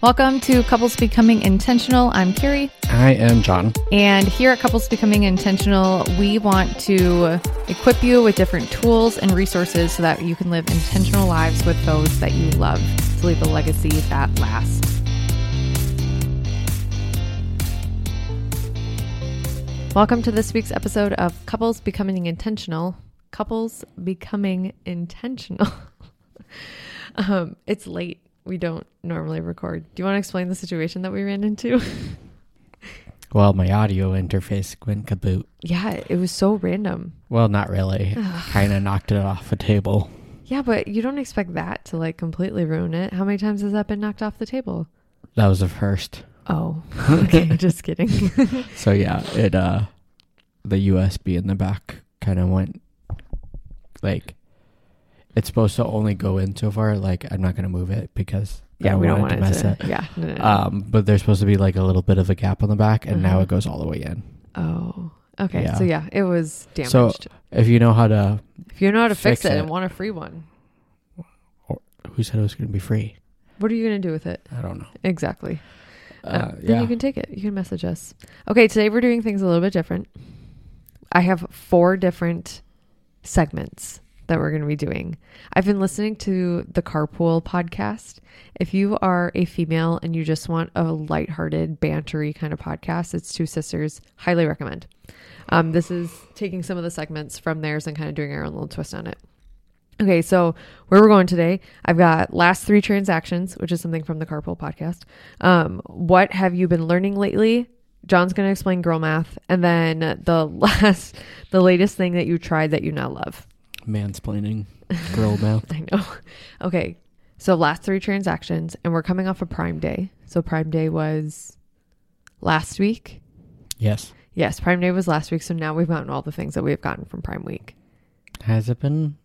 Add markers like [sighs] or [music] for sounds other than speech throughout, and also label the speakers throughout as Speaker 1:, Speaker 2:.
Speaker 1: Welcome to Couples Becoming Intentional. I'm Carrie.
Speaker 2: I am John.
Speaker 1: And here at Couples Becoming Intentional, we want to equip you with different tools and resources so that you can live intentional lives with those that you love to leave a legacy that lasts. Welcome to this week's episode of Couples Becoming Intentional. Couples Becoming Intentional. [laughs] um, it's late. We don't normally record. Do you want to explain the situation that we ran into?
Speaker 2: Well, my audio interface went kaboot.
Speaker 1: Yeah, it was so random.
Speaker 2: Well, not
Speaker 1: [sighs]
Speaker 2: really. kind of knocked it off a table.
Speaker 1: Yeah, but you don't expect that to like completely ruin it. How many times has that been knocked off the table?
Speaker 2: That was the first.
Speaker 1: Oh, [laughs] okay. just kidding.
Speaker 2: So yeah, it uh, the USB in the back kind of went like it's supposed to only go in so far. Like I'm not gonna move it because I
Speaker 1: yeah, [laughs] we don't
Speaker 2: it
Speaker 1: want
Speaker 2: to mess it.
Speaker 1: Yeah. no, no, no.
Speaker 2: Um, but there's supposed to be like a little bit of a gap on the back, and now
Speaker 1: Uh-huh.
Speaker 2: it goes all the way in.
Speaker 1: oh, okay.
Speaker 2: yeah.
Speaker 1: So yeah, it was damaged.
Speaker 2: So- If you know how to,
Speaker 1: if you know how to fix,
Speaker 2: fix
Speaker 1: it,
Speaker 2: it.
Speaker 1: and want a free one,
Speaker 2: who said it was gonna be free?
Speaker 1: what are you gonna do with it?
Speaker 2: I don't know.
Speaker 1: Exactly.
Speaker 2: Uh,
Speaker 1: Uh, then
Speaker 2: yeah,
Speaker 1: you can take it. You can message us. Okay, today we're doing things a little bit different. I have four different segments that we're going to be doing. I've been listening to the Carpool podcast. If you are a female and you just want a lighthearted, bantery kind of podcast, it's Two Sisters. Highly recommend. Um, this is taking some of the segments from theirs and kind of doing our own little twist on it. Okay, so where we're going today, I've got last three transactions, which is something from the Carpool podcast. Um, what have you been learning lately? John's going to explain girl math, and then the [laughs] last, the latest thing that you tried that you now love. [laughs]
Speaker 2: mansplaining, girl mouth.
Speaker 1: I know. Okay, so last three transactions, and we're coming off a of Prime Day. So Prime Day was last week.
Speaker 2: Yes.
Speaker 1: Yes, Prime Day was last week. So now we've gotten all the things that we've gotten from Prime Week.
Speaker 2: Has it been?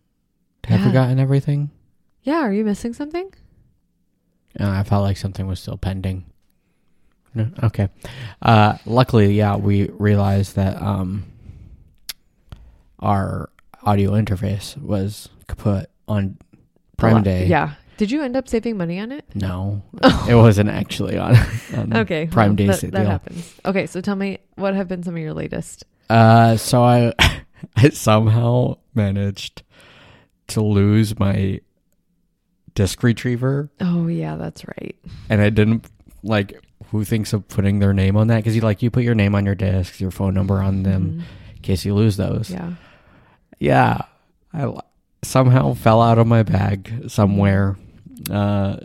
Speaker 2: Have
Speaker 1: Yeah.
Speaker 2: we gotten everything?
Speaker 1: Yeah, are you missing something?
Speaker 2: Uh, I felt like something was still pending. No? Okay. Uh, luckily, yeah, we realized that um, our audio interface was kaput on Prime Day.
Speaker 1: Yeah. Did you end up saving money on
Speaker 2: [laughs]
Speaker 1: it?
Speaker 2: No, it wasn't actually on, Um,
Speaker 1: [laughs]
Speaker 2: on
Speaker 1: Okay.
Speaker 2: Prime
Speaker 1: well,
Speaker 2: Day's
Speaker 1: That, that
Speaker 2: deal.
Speaker 1: happens. Okay, so tell me what have been some of your latest?
Speaker 2: Uh, so I, [laughs] I somehow managed to lose my disc retriever
Speaker 1: Oh yeah, that's right.
Speaker 2: and I didn't like who thinks of putting their name on that because you like you put your name on your discs, your phone number on them in case you lose those. Yeah,
Speaker 1: Mm-hmm. Yeah.
Speaker 2: I l- somehow fell out of my bag somewhere. Uh,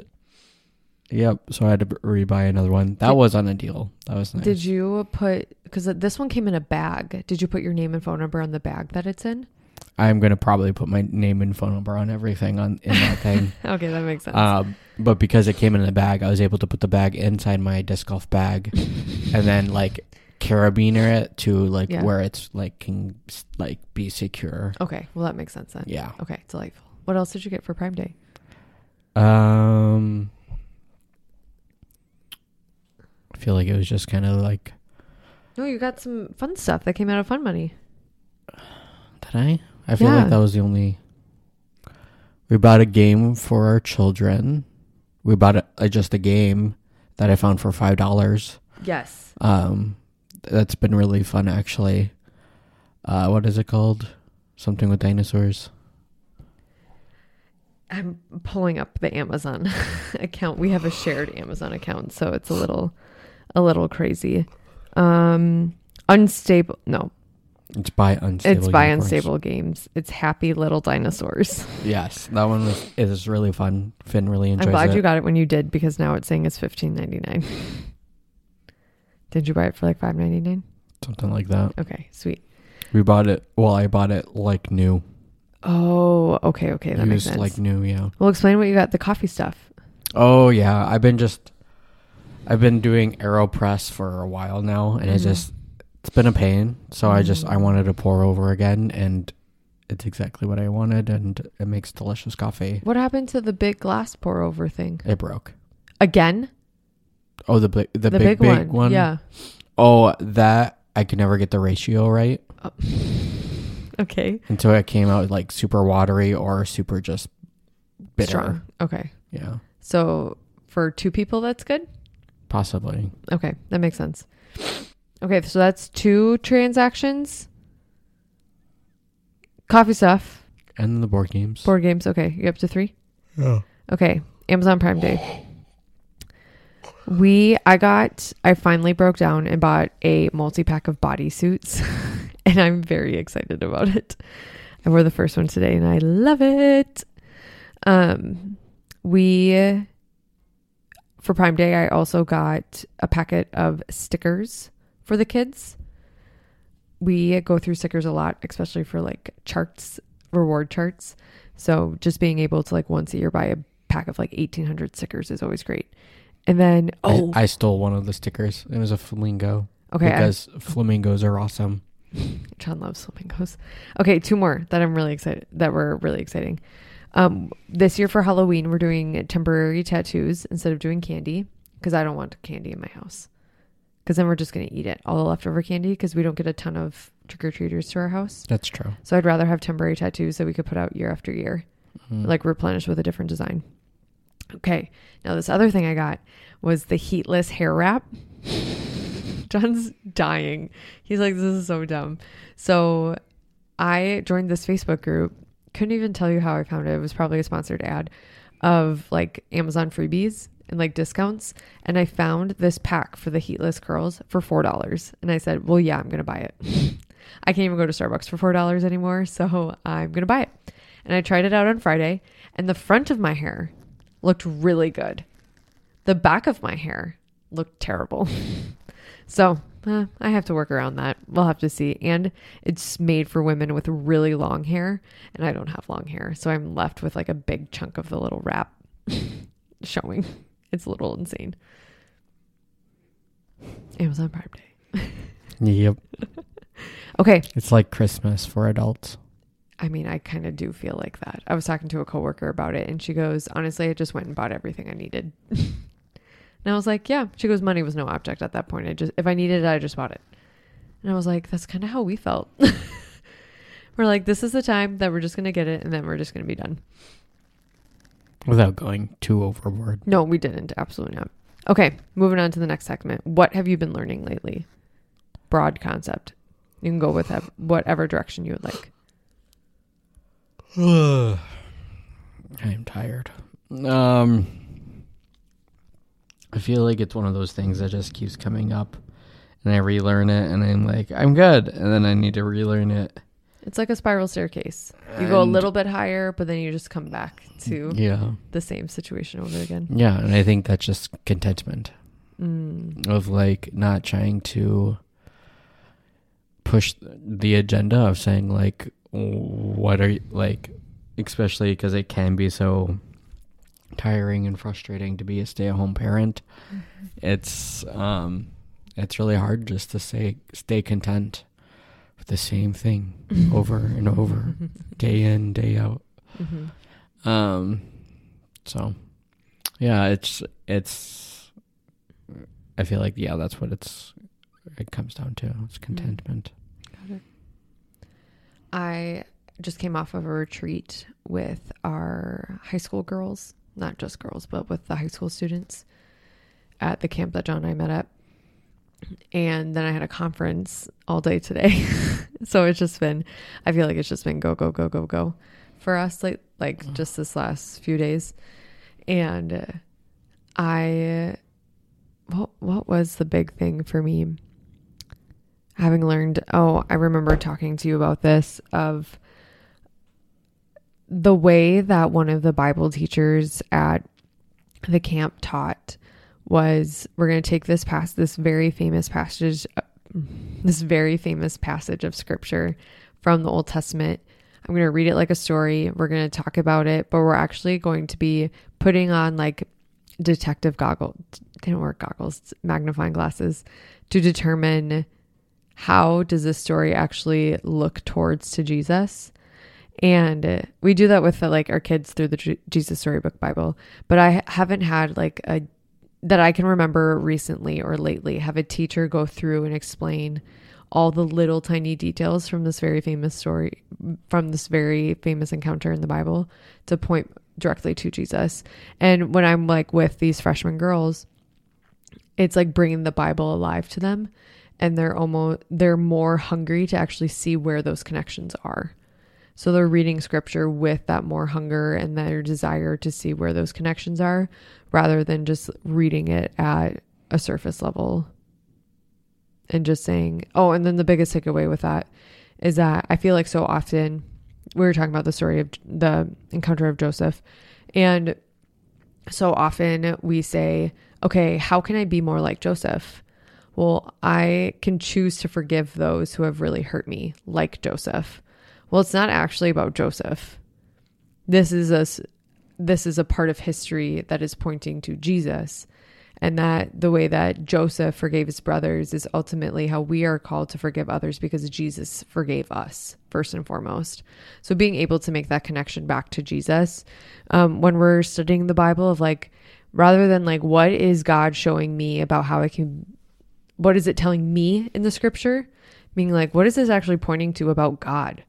Speaker 2: yep. So I had to b- rebuy another one. That
Speaker 1: Did-
Speaker 2: was on a deal. That was nice.
Speaker 1: Did you put because this one came in a bag? Did you put your name and phone number on the bag that it's in?
Speaker 2: I'm gonna probably put my name and phone number on everything on in that thing.
Speaker 1: [laughs] Okay, that makes sense.
Speaker 2: [laughs] Um, but because it came in a bag, I was able to put the bag inside my disc
Speaker 1: [laughs]
Speaker 2: golf bag, and then like carabiner it to like
Speaker 1: Yeah.
Speaker 2: where it's like can s- like be secure.
Speaker 1: okay, well that makes sense then.
Speaker 2: Yeah.
Speaker 1: Okay, delightful. What else did you get for Prime Day?
Speaker 2: Um, I feel like it was just kind of like
Speaker 1: No, you got some fun stuff that came out of fun money.
Speaker 2: did I? I feel
Speaker 1: Yeah.
Speaker 2: like that was the only. We bought a game for our children. We bought a, uh, just a game that I found for five dollars.
Speaker 1: Yes.
Speaker 2: Um, that's been really fun, actually. Uh, what is it called? Something with dinosaurs.
Speaker 1: I'm pulling up the Amazon [laughs] account. We have a shared Amazon account, so it's a little a little crazy. Um unstable no,
Speaker 2: It's by unstable.
Speaker 1: it's by
Speaker 2: Unicorns.
Speaker 1: unstable games. It's happy little dinosaurs.
Speaker 2: Yes, that one was, it is really fun. Finn really enjoys
Speaker 1: I'm glad
Speaker 2: it.
Speaker 1: you got it when you did because now it's saying it's fifteen ninety nine. [laughs] did you buy it for like five ninety nine?
Speaker 2: Something like that.
Speaker 1: Okay, sweet.
Speaker 2: We bought it. Well, I bought it like new.
Speaker 1: Oh, okay, okay, that
Speaker 2: it
Speaker 1: makes
Speaker 2: was
Speaker 1: sense.
Speaker 2: like new. Yeah.
Speaker 1: well, explain what you got the coffee stuff.
Speaker 2: Oh yeah. I've been just. I've been doing AeroPress for a while now, and it's
Speaker 1: Mhm.
Speaker 2: just it's been a pain. So I just I
Speaker 1: Mhm.
Speaker 2: wanted to pour over again, and it's exactly what I wanted, and it makes delicious coffee.
Speaker 1: What happened to the big glass pour over thing
Speaker 2: It broke.
Speaker 1: again?
Speaker 2: Oh, the big, the,
Speaker 1: The,
Speaker 2: big, big one.
Speaker 1: yeah.
Speaker 2: Oh, that I could never get the ratio right,
Speaker 1: Oh. [laughs] okay,
Speaker 2: and so it came out like super watery or super just bitter.
Speaker 1: strong. Okay,
Speaker 2: Yeah,
Speaker 1: so for two people that's good?
Speaker 2: Possibly.
Speaker 1: Okay, that makes sense. Okay, so that's two transactions. Coffee stuff,
Speaker 2: And then the board games.
Speaker 1: board games. Okay, you up to three?
Speaker 2: Yeah.
Speaker 1: Okay, Amazon Prime Day. We, I got, I finally broke down and bought a multi pack of bodysuits, [laughs] and I'm very excited about it. I wore the first one today, and I love it. Um, we for Prime Day, I also got a packet of stickers for the kids. We go through stickers a lot, especially for like charts, reward charts. So just being able to like once a year buy a pack of like 1800 stickers is always great. And then, oh,
Speaker 2: I, I stole one of the stickers. It was a flamingo.
Speaker 1: okay. I-
Speaker 2: Because flamingos are awesome.
Speaker 1: John loves flamingos. Okay, two more that I'm really excited that were really exciting. Um, this year for Halloween, we're doing temporary tattoos instead of doing candy because I don't want candy in my house. Because then we're just gonna eat it all the leftover candy because we don't get a ton of trick or treaters to our house.
Speaker 2: That's true.
Speaker 1: So I'd rather have temporary tattoos that we could put out year after year
Speaker 2: Mm.
Speaker 1: like replenished with a different design. Okay. Now this other thing I got was the heatless hair wrap. [laughs] John's dying. He's like, this is so dumb. So I joined this Facebook group. Couldn't even tell you how I found it. It was probably a sponsored ad of like Amazon freebies and like discounts. And I found this pack for the heatless curls for four dollars. And I said, Well, yeah, I'm gonna buy it. I can't even go to Starbucks for four dollars anymore, so I'm gonna buy it. And I tried it out on Friday, and the front of my hair looked really good. The back of my hair looked terrible. [laughs] so uh, I have to work around that. We'll have to see. And it's made for women with really long hair, and I don't have long hair, so I'm left with like a big chunk of the little wrap [laughs] showing. It's a little insane. Amazon Prime Day.
Speaker 2: Yep.
Speaker 1: Okay,
Speaker 2: It's like Christmas for adults.
Speaker 1: I mean, I kind of do feel like that. I was talking to a coworker about it, and she goes, "Honestly, I just went and bought everything I needed." [laughs] and I was like, "Yeah." She goes, "Money was no object at that point. I just if I needed it, I just bought it." And I was like, "That's kind of how we felt." [laughs] we're like, "This is the time that we're just gonna get it, and then we're just gonna be done."
Speaker 2: Without going too overboard.
Speaker 1: No, we didn't. Absolutely not. Okay, moving on to the next segment. What have you been learning lately? Broad concept. You can go with that- whatever direction you would like.
Speaker 2: I am tired. Um, I feel like it's one of those things that just keeps coming up, and I relearn it, and I'm like, I'm good, and then I need to relearn it.
Speaker 1: It's like a spiral staircase. You go a
Speaker 2: And-
Speaker 1: little bit higher, but then you just come back to
Speaker 2: Yeah,
Speaker 1: the same situation over again.
Speaker 2: yeah, and I think that's just contentment
Speaker 1: Mm.
Speaker 2: of like not trying to push the agenda of saying like, what are you like, especially because it can be so tiring and frustrating to be a stay-at-home parent. it's um it's really hard just to say stay content with the same thing over and over day in day out
Speaker 1: Mhm.
Speaker 2: um so yeah it's it's i feel like yeah that's what it's it comes down to it's contentment
Speaker 1: I just came off of a retreat with our high school girls, not just girls, but with the high school students at the camp that John and I met at. And then I had a conference all day today. [laughs] so it's just been, I feel like it's just been go, go, go, go, go for us, like, like just this last few days. And uh, I, what, what was the big thing for me? having learned oh i remember talking to you about this of the way that one of the bible teachers at the camp taught was we're going to take this past this very famous passage uh, this very famous passage of scripture from the old testament i'm going to read it like a story we're going to talk about it but we're actually going to be putting on like detective goggles they don't wear goggles magnifying glasses to determine how does this story actually look towards to Jesus? And uh, we do that with uh, like our kids through the J- Jesus Storybook Bible, but I haven't had like a that I can remember recently or lately have a teacher go through and explain all the little tiny details from this very famous story from this very famous encounter in the Bible to point directly to Jesus. And when I'm like with these freshman girls, it's like bringing the Bible alive to them and they're almost they're more hungry to actually see where those connections are. So they're reading scripture with that more hunger and their desire to see where those connections are rather than just reading it at a surface level and just saying, "Oh, and then the biggest takeaway with that is that I feel like so often we were talking about the story of the encounter of Joseph. And so often we say, okay, how can I be more like Joseph? Well, I can choose to forgive those who have really hurt me, like Joseph. Well, it's not actually about Joseph. This is a s- this is a part of history that is pointing to Jesus and that the way that Joseph forgave his brothers is ultimately how we are called to forgive others because Jesus forgave us first and foremost. So being able to make that connection back to Jesus um, when we're studying the Bible of like rather than like what is God showing me about how I can what is it telling me in the scripture? Meaning like what is this actually pointing to about God?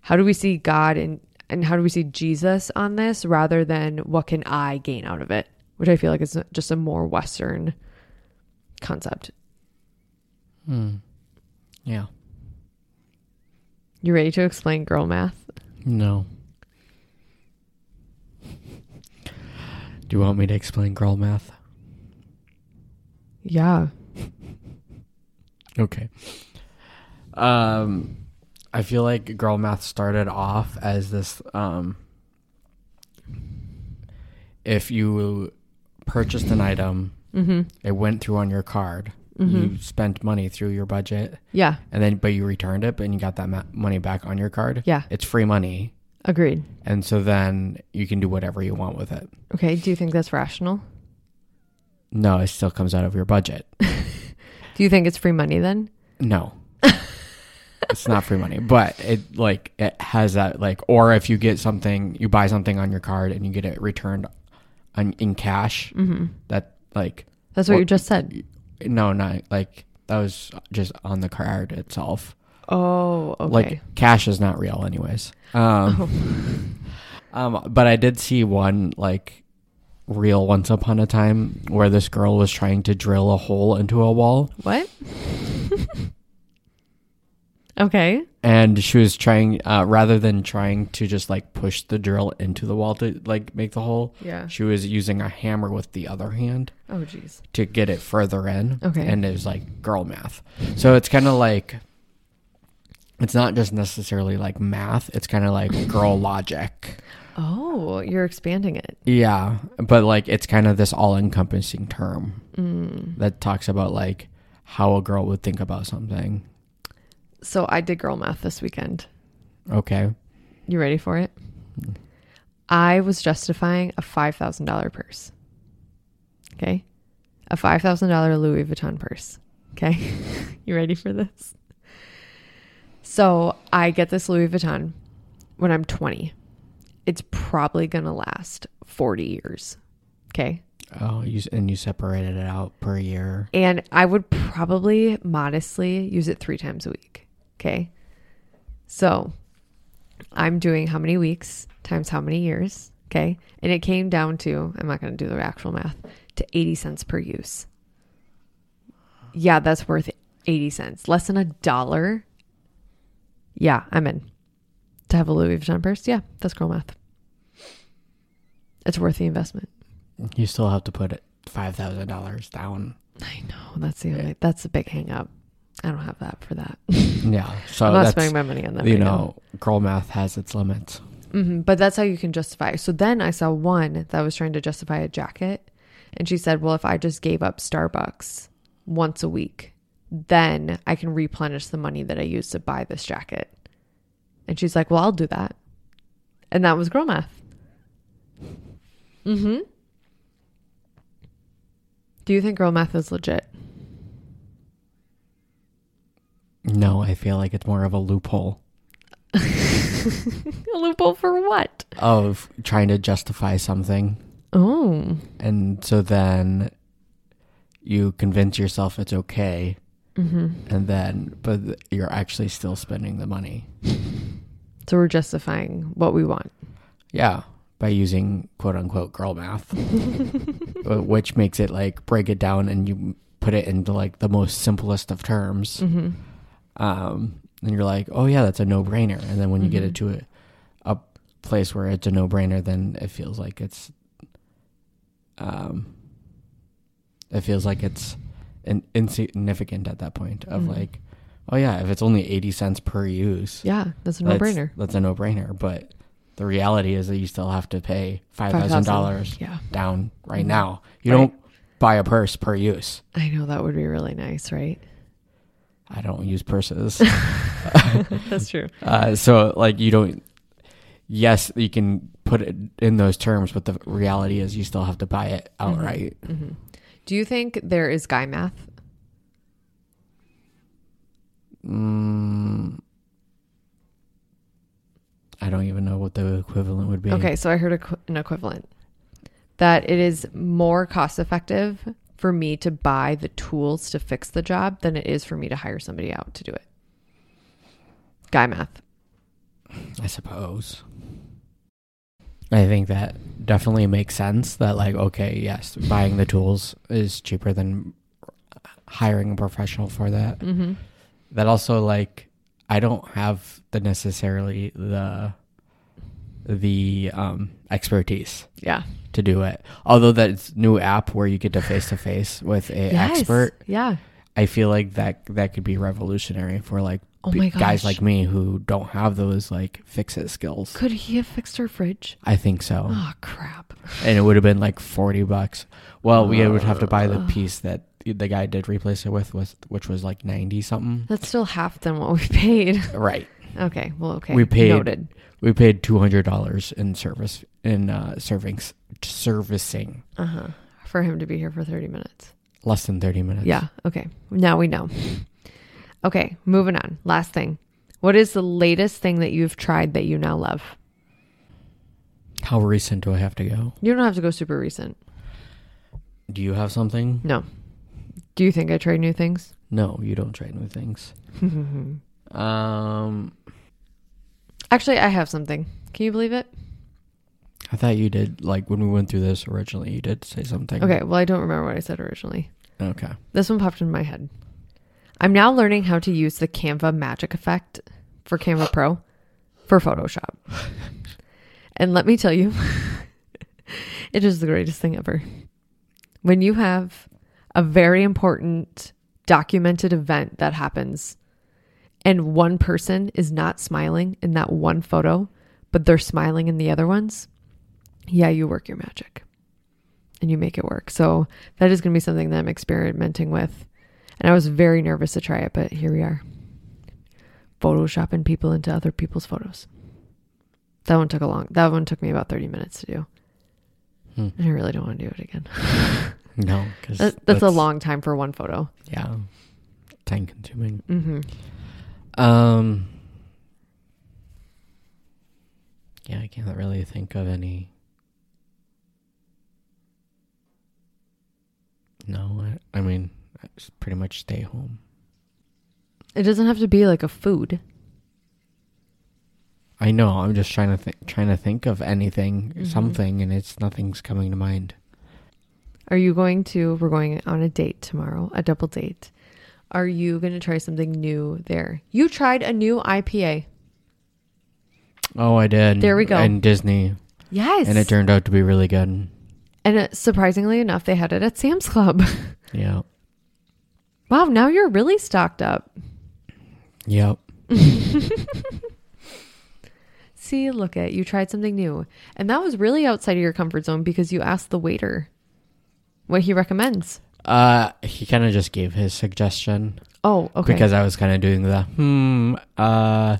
Speaker 1: How do we see God and and how do we see Jesus on this rather than what can I gain out of it? Which I feel like is just a more Western concept.
Speaker 2: Yeah.
Speaker 1: You ready to explain girl math?
Speaker 2: No. Do you want me to explain girl math?
Speaker 1: Yeah.
Speaker 2: Okay. Um, I feel like girl math started off as this. Um, if you purchased an item,
Speaker 1: Mm-hmm.
Speaker 2: it went through on your card. You spent money through your budget,
Speaker 1: Yeah.
Speaker 2: and then but you returned it, and you got that ma- money back on your card.
Speaker 1: Yeah.
Speaker 2: it's free money,
Speaker 1: Agreed.
Speaker 2: and so then you can do whatever you want with it.
Speaker 1: Okay. Do you think that's rational?
Speaker 2: No, it still comes out of your budget.
Speaker 1: Do you think it's free money then?
Speaker 2: No. [laughs] it's not free money, but it like it has that like or if you get something, you buy something on your card and you get it returned on, in cash,
Speaker 1: Mm-hmm.
Speaker 2: that like
Speaker 1: That's what
Speaker 2: Well,
Speaker 1: you just said.
Speaker 2: no, not like that was just on the card itself.
Speaker 1: Oh, okay.
Speaker 2: Like cash is not real anyways. Um,
Speaker 1: Oh.
Speaker 2: [laughs] um but I did see one like real once upon a time where this girl was trying to drill a hole into a wall
Speaker 1: what? [laughs] okay.
Speaker 2: and she was trying uh, rather than trying to just like push the drill into the wall to like make the hole
Speaker 1: Yeah.
Speaker 2: she was using a hammer with the other hand
Speaker 1: Oh, jeez.
Speaker 2: to get it further in
Speaker 1: Okay.
Speaker 2: and it was like girl math so it's kind of like it's not just necessarily like math it's kind
Speaker 1: [laughs]
Speaker 2: of like girl logic
Speaker 1: Oh, you're expanding it.
Speaker 2: yeah but like it's kind of this all-encompassing term
Speaker 1: Mm.
Speaker 2: that talks about like how a girl would think about something
Speaker 1: So I did girl math this weekend.
Speaker 2: okay
Speaker 1: You ready for it? I was justifying a $5,000 purse. Okay. A $5,000 Louis Vuitton purse. Okay. [laughs] you ready for this? So I get this Louis Vuitton when I'm 20. It's probably going to last 40 years. Okay.
Speaker 2: oh you s- and you separated it out per year
Speaker 1: And I would probably modestly use it three times a week. Okay. So I'm doing how many weeks times how many years. Okay. And it came down to, I'm not going to do the actual math, to 80 cents per use. Yeah, that's worth 80 cents. Less than a dollar. Yeah, I'm in. To have a Louis Vuitton purse. Yeah, that's girl math. It's worth the investment.
Speaker 2: You still have to put five thousand dollars down.
Speaker 1: I know. Oh, That's the only, that's the big hang up. I don't have that for that.
Speaker 2: Yeah, so
Speaker 1: I'm not
Speaker 2: Oh, that's
Speaker 1: spending my money on that.
Speaker 2: you
Speaker 1: right
Speaker 2: know, girl math has its limits.
Speaker 1: now. Mhm, but that's how you can justify. So then I saw one that was trying to justify a jacket, and she said, "Well, if I just gave up Starbucks once a week, then I can replenish the money that I used to buy this jacket." And she's like, "Well, I'll do that," and that was girl math. Hmm. Do you think girl math is legit?
Speaker 2: No, I feel like it's more of a loophole
Speaker 1: A loophole for what?
Speaker 2: of trying to justify something,
Speaker 1: Oh.
Speaker 2: and so then you convince yourself it's okay,
Speaker 1: Mm-hmm.
Speaker 2: and then but th- you're actually still spending the money.
Speaker 1: So we're justifying what we want.
Speaker 2: Yeah, by using quote unquote
Speaker 1: [laughs]
Speaker 2: girl math, uh, which makes it like break it down and you put it into like the most simplest of terms.
Speaker 1: Mm-hmm.
Speaker 2: Um, and you're like, oh yeah, that's a no brainer. And then when you get
Speaker 1: Mhm.
Speaker 2: it to a, a place where it's a no brainer, then it feels like it's, um, it feels like it's an insignificant at that point of
Speaker 1: Mhm.
Speaker 2: like, oh yeah, if it's only 80 cents per use,
Speaker 1: Yeah, that's a no brainer.
Speaker 2: that's a no brainer. But the reality is that you still have to pay $5,000
Speaker 1: Yeah,
Speaker 2: down right
Speaker 1: Mhm.
Speaker 2: now. You
Speaker 1: Right.
Speaker 2: don't buy a purse per use.
Speaker 1: I know that would be really nice, right?
Speaker 2: I don't use purses.
Speaker 1: [laughs] That's true.
Speaker 2: uh, so like you don't. Yes, you can put it in those terms, but the reality is you still have to buy it outright.
Speaker 1: hmm Do you think there is guy math?
Speaker 2: Mm, I don't even know what the equivalent would be.
Speaker 1: Okay, so I heard a, qu- an equivalent that it is more cost effective for me to buy the tools to fix the job than it is for me to hire somebody out to do it. Guy math.
Speaker 2: I suppose. I think that definitely makes sense that like okay, yes, buying the tools is cheaper than hiring a professional for that.
Speaker 1: Mm-hmm.
Speaker 2: That also like I don't have the necessarily the the um expertise
Speaker 1: Yeah.
Speaker 2: to do it. Although that's new app where you get to face to face with a
Speaker 1: Yes.
Speaker 2: expert,
Speaker 1: Yeah.
Speaker 2: I feel like that that could be revolutionary for like
Speaker 1: Oh
Speaker 2: be-
Speaker 1: my
Speaker 2: guys
Speaker 1: gosh.
Speaker 2: like me who don't have those like fix it skills.
Speaker 1: Could he have fixed her fridge?
Speaker 2: I think so.
Speaker 1: Oh crap.
Speaker 2: and it would have been like 40 bucks. Well, we would have to buy the piece that the guy did replace it with, was which was like
Speaker 1: [laughs]
Speaker 2: 90 something.
Speaker 1: That's still half than what we [laughs] paid.
Speaker 2: Right.
Speaker 1: Okay. Well, okay.
Speaker 2: We paid-
Speaker 1: Noted.
Speaker 2: We paid $200 in service in uh servings servicing
Speaker 1: Uh huh. For him to be here for 30 minutes.
Speaker 2: less than 30 minutes.
Speaker 1: Yeah. Okay. Now we know. Okay. Moving on. Last thing. What is the latest thing that you've tried that you now love?
Speaker 2: How recent do I have to go?
Speaker 1: You don't have to go super recent.
Speaker 2: Do you have something?
Speaker 1: No. Do you think I try new things?
Speaker 2: No, you don't try
Speaker 1: [laughs]
Speaker 2: new things. um
Speaker 1: Actually, I have something. Can you believe it?
Speaker 2: I thought you did like when we went through this originally you did say something.
Speaker 1: Okay. Well, I don't remember what I said originally.
Speaker 2: Okay.
Speaker 1: This one popped in my head. I'm now learning how to use the Canva magic effect for Canva Pro for Photoshop. and let me tell you, [laughs] it is the greatest thing ever. When you have a very important documented event that happens and one person is not smiling in that one photo, but they're smiling in the other ones, yeah, you work your magic and you make it work. So that is going to be something that I'm experimenting with. And I was very nervous to try it, but here we are. Photoshopping people into other people's photos. That one took a long. That one took me about 30 minutes to do.
Speaker 2: Hmm.
Speaker 1: And I really don't want to do it again.
Speaker 2: No,
Speaker 1: [laughs]
Speaker 2: cuz
Speaker 1: That, that's a long time for one photo.
Speaker 2: yeah. Time consuming.
Speaker 1: Mm-hmm.
Speaker 2: Um. Yeah, I can't really think of any. No, I, I mean, I just pretty much stay home.
Speaker 1: It doesn't have to be like a food.
Speaker 2: I know. I'm just trying to think, trying to think of anything,
Speaker 1: Mhm.
Speaker 2: something, and it's nothing's coming to mind.
Speaker 1: Are you going to? We're going on a date tomorrow, a double date. Are you going to try something new there? You tried a new IPA.
Speaker 2: Oh, I did.
Speaker 1: There we go.
Speaker 2: And Disney,
Speaker 1: Yes.
Speaker 2: and it turned out to be really good.
Speaker 1: And uh, surprisingly enough, they had it at Sam's Club. [laughs]
Speaker 2: Yeah.
Speaker 1: wow, now you're really stocked up.
Speaker 2: Yep.
Speaker 1: See, look at you tried something new. And that was really outside of your comfort zone because you asked the waiter what he recommends.
Speaker 2: Uh, he kind of just gave his suggestion.
Speaker 1: Oh, okay.
Speaker 2: because I was kind of doing the hmm uh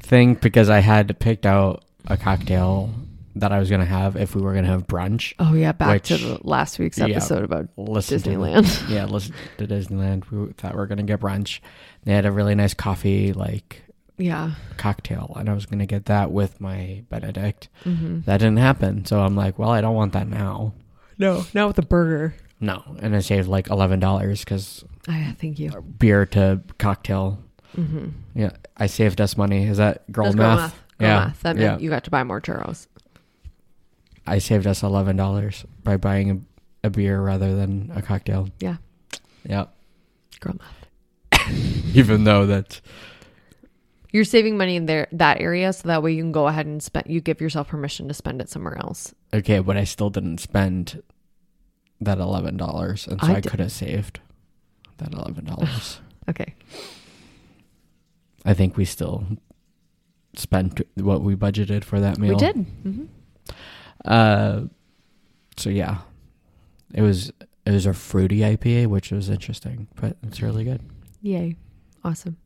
Speaker 2: thing because I had picked out a cocktail that I was gonna have if we were gonna have brunch.
Speaker 1: oh, yeah, back to
Speaker 2: Which-
Speaker 1: the last week's
Speaker 2: yeah.
Speaker 1: episode about
Speaker 2: Listen
Speaker 1: Disneyland.
Speaker 2: To, yeah, listen to Disneyland. We thought we were gonna get brunch. They had a really nice coffee like
Speaker 1: [laughs] Yeah.
Speaker 2: cocktail, and I was gonna get that with my Benedict.
Speaker 1: Mm-hmm.
Speaker 2: That didn't happen, so I'm like, well, I don't want that now.
Speaker 1: No, not with a burger.
Speaker 2: No, and I saved like eleven dollars because
Speaker 1: I Ah, thank you.
Speaker 2: beer to cocktail.
Speaker 1: Mm-hmm.
Speaker 2: Yeah, I saved us money. Is that girl math?
Speaker 1: Girl
Speaker 2: yeah,
Speaker 1: math. That meant you got to buy more churros.
Speaker 2: I saved us eleven dollars by buying a, a beer rather than a cocktail.
Speaker 1: Yeah.
Speaker 2: Yeah.
Speaker 1: Girl
Speaker 2: [laughs] Even though that's
Speaker 1: You're saving money in there that area so that way you can go ahead and spend you give yourself permission to spend it somewhere else.
Speaker 2: okay, but I still didn't spend that eleven dollars, and so
Speaker 1: I
Speaker 2: I,
Speaker 1: did.
Speaker 2: could have saved that
Speaker 1: [laughs]
Speaker 2: eleven dollars.
Speaker 1: Okay.
Speaker 2: I think we still spent what we budgeted for that meal.
Speaker 1: We did. hmm
Speaker 2: Uh, so yeah, it was it was a fruity IPA, which was interesting, but it's really good.
Speaker 1: Yay. Awesome.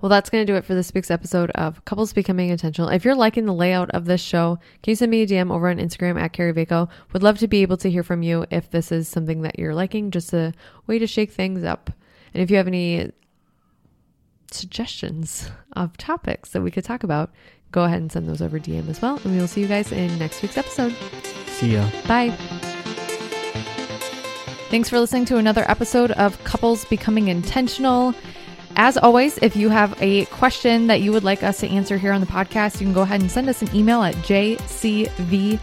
Speaker 1: Well, that's going to do it for this week's episode of Couples Becoming Intentional. If you're liking the layout of this show, can you send me a DM over on Instagram at Carrie Vaco? Would love to be able to hear from you if this is something that you're liking, just a way to shake things up. And if you have any suggestions of topics that we could talk about, go ahead and send those over DM as well. And we will see you guys in next week's episode.
Speaker 2: See ya.
Speaker 1: Bye. Thanks for listening to another episode of Couples Becoming Intentional. As always, if you have a question that you would like us to answer here on the podcast, you can go ahead and send us an email at jcvhouse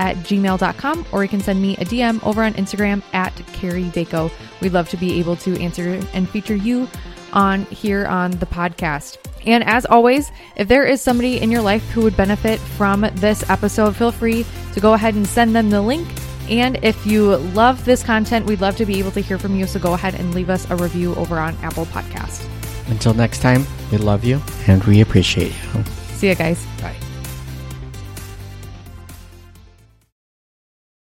Speaker 1: at gmail.com or you can send me a DM over on Instagram at Carrie Vaco. We'd love to be able to answer and feature you on here on the podcast. And as always, if there is somebody in your life who would benefit from this episode, feel free to go ahead and send them the link. And if you love this content, we'd love to be able to hear from you. So go ahead and leave us a review over on Apple Podcast.
Speaker 2: Until next time, we love you and we appreciate you.
Speaker 1: See you guys.
Speaker 2: Bye.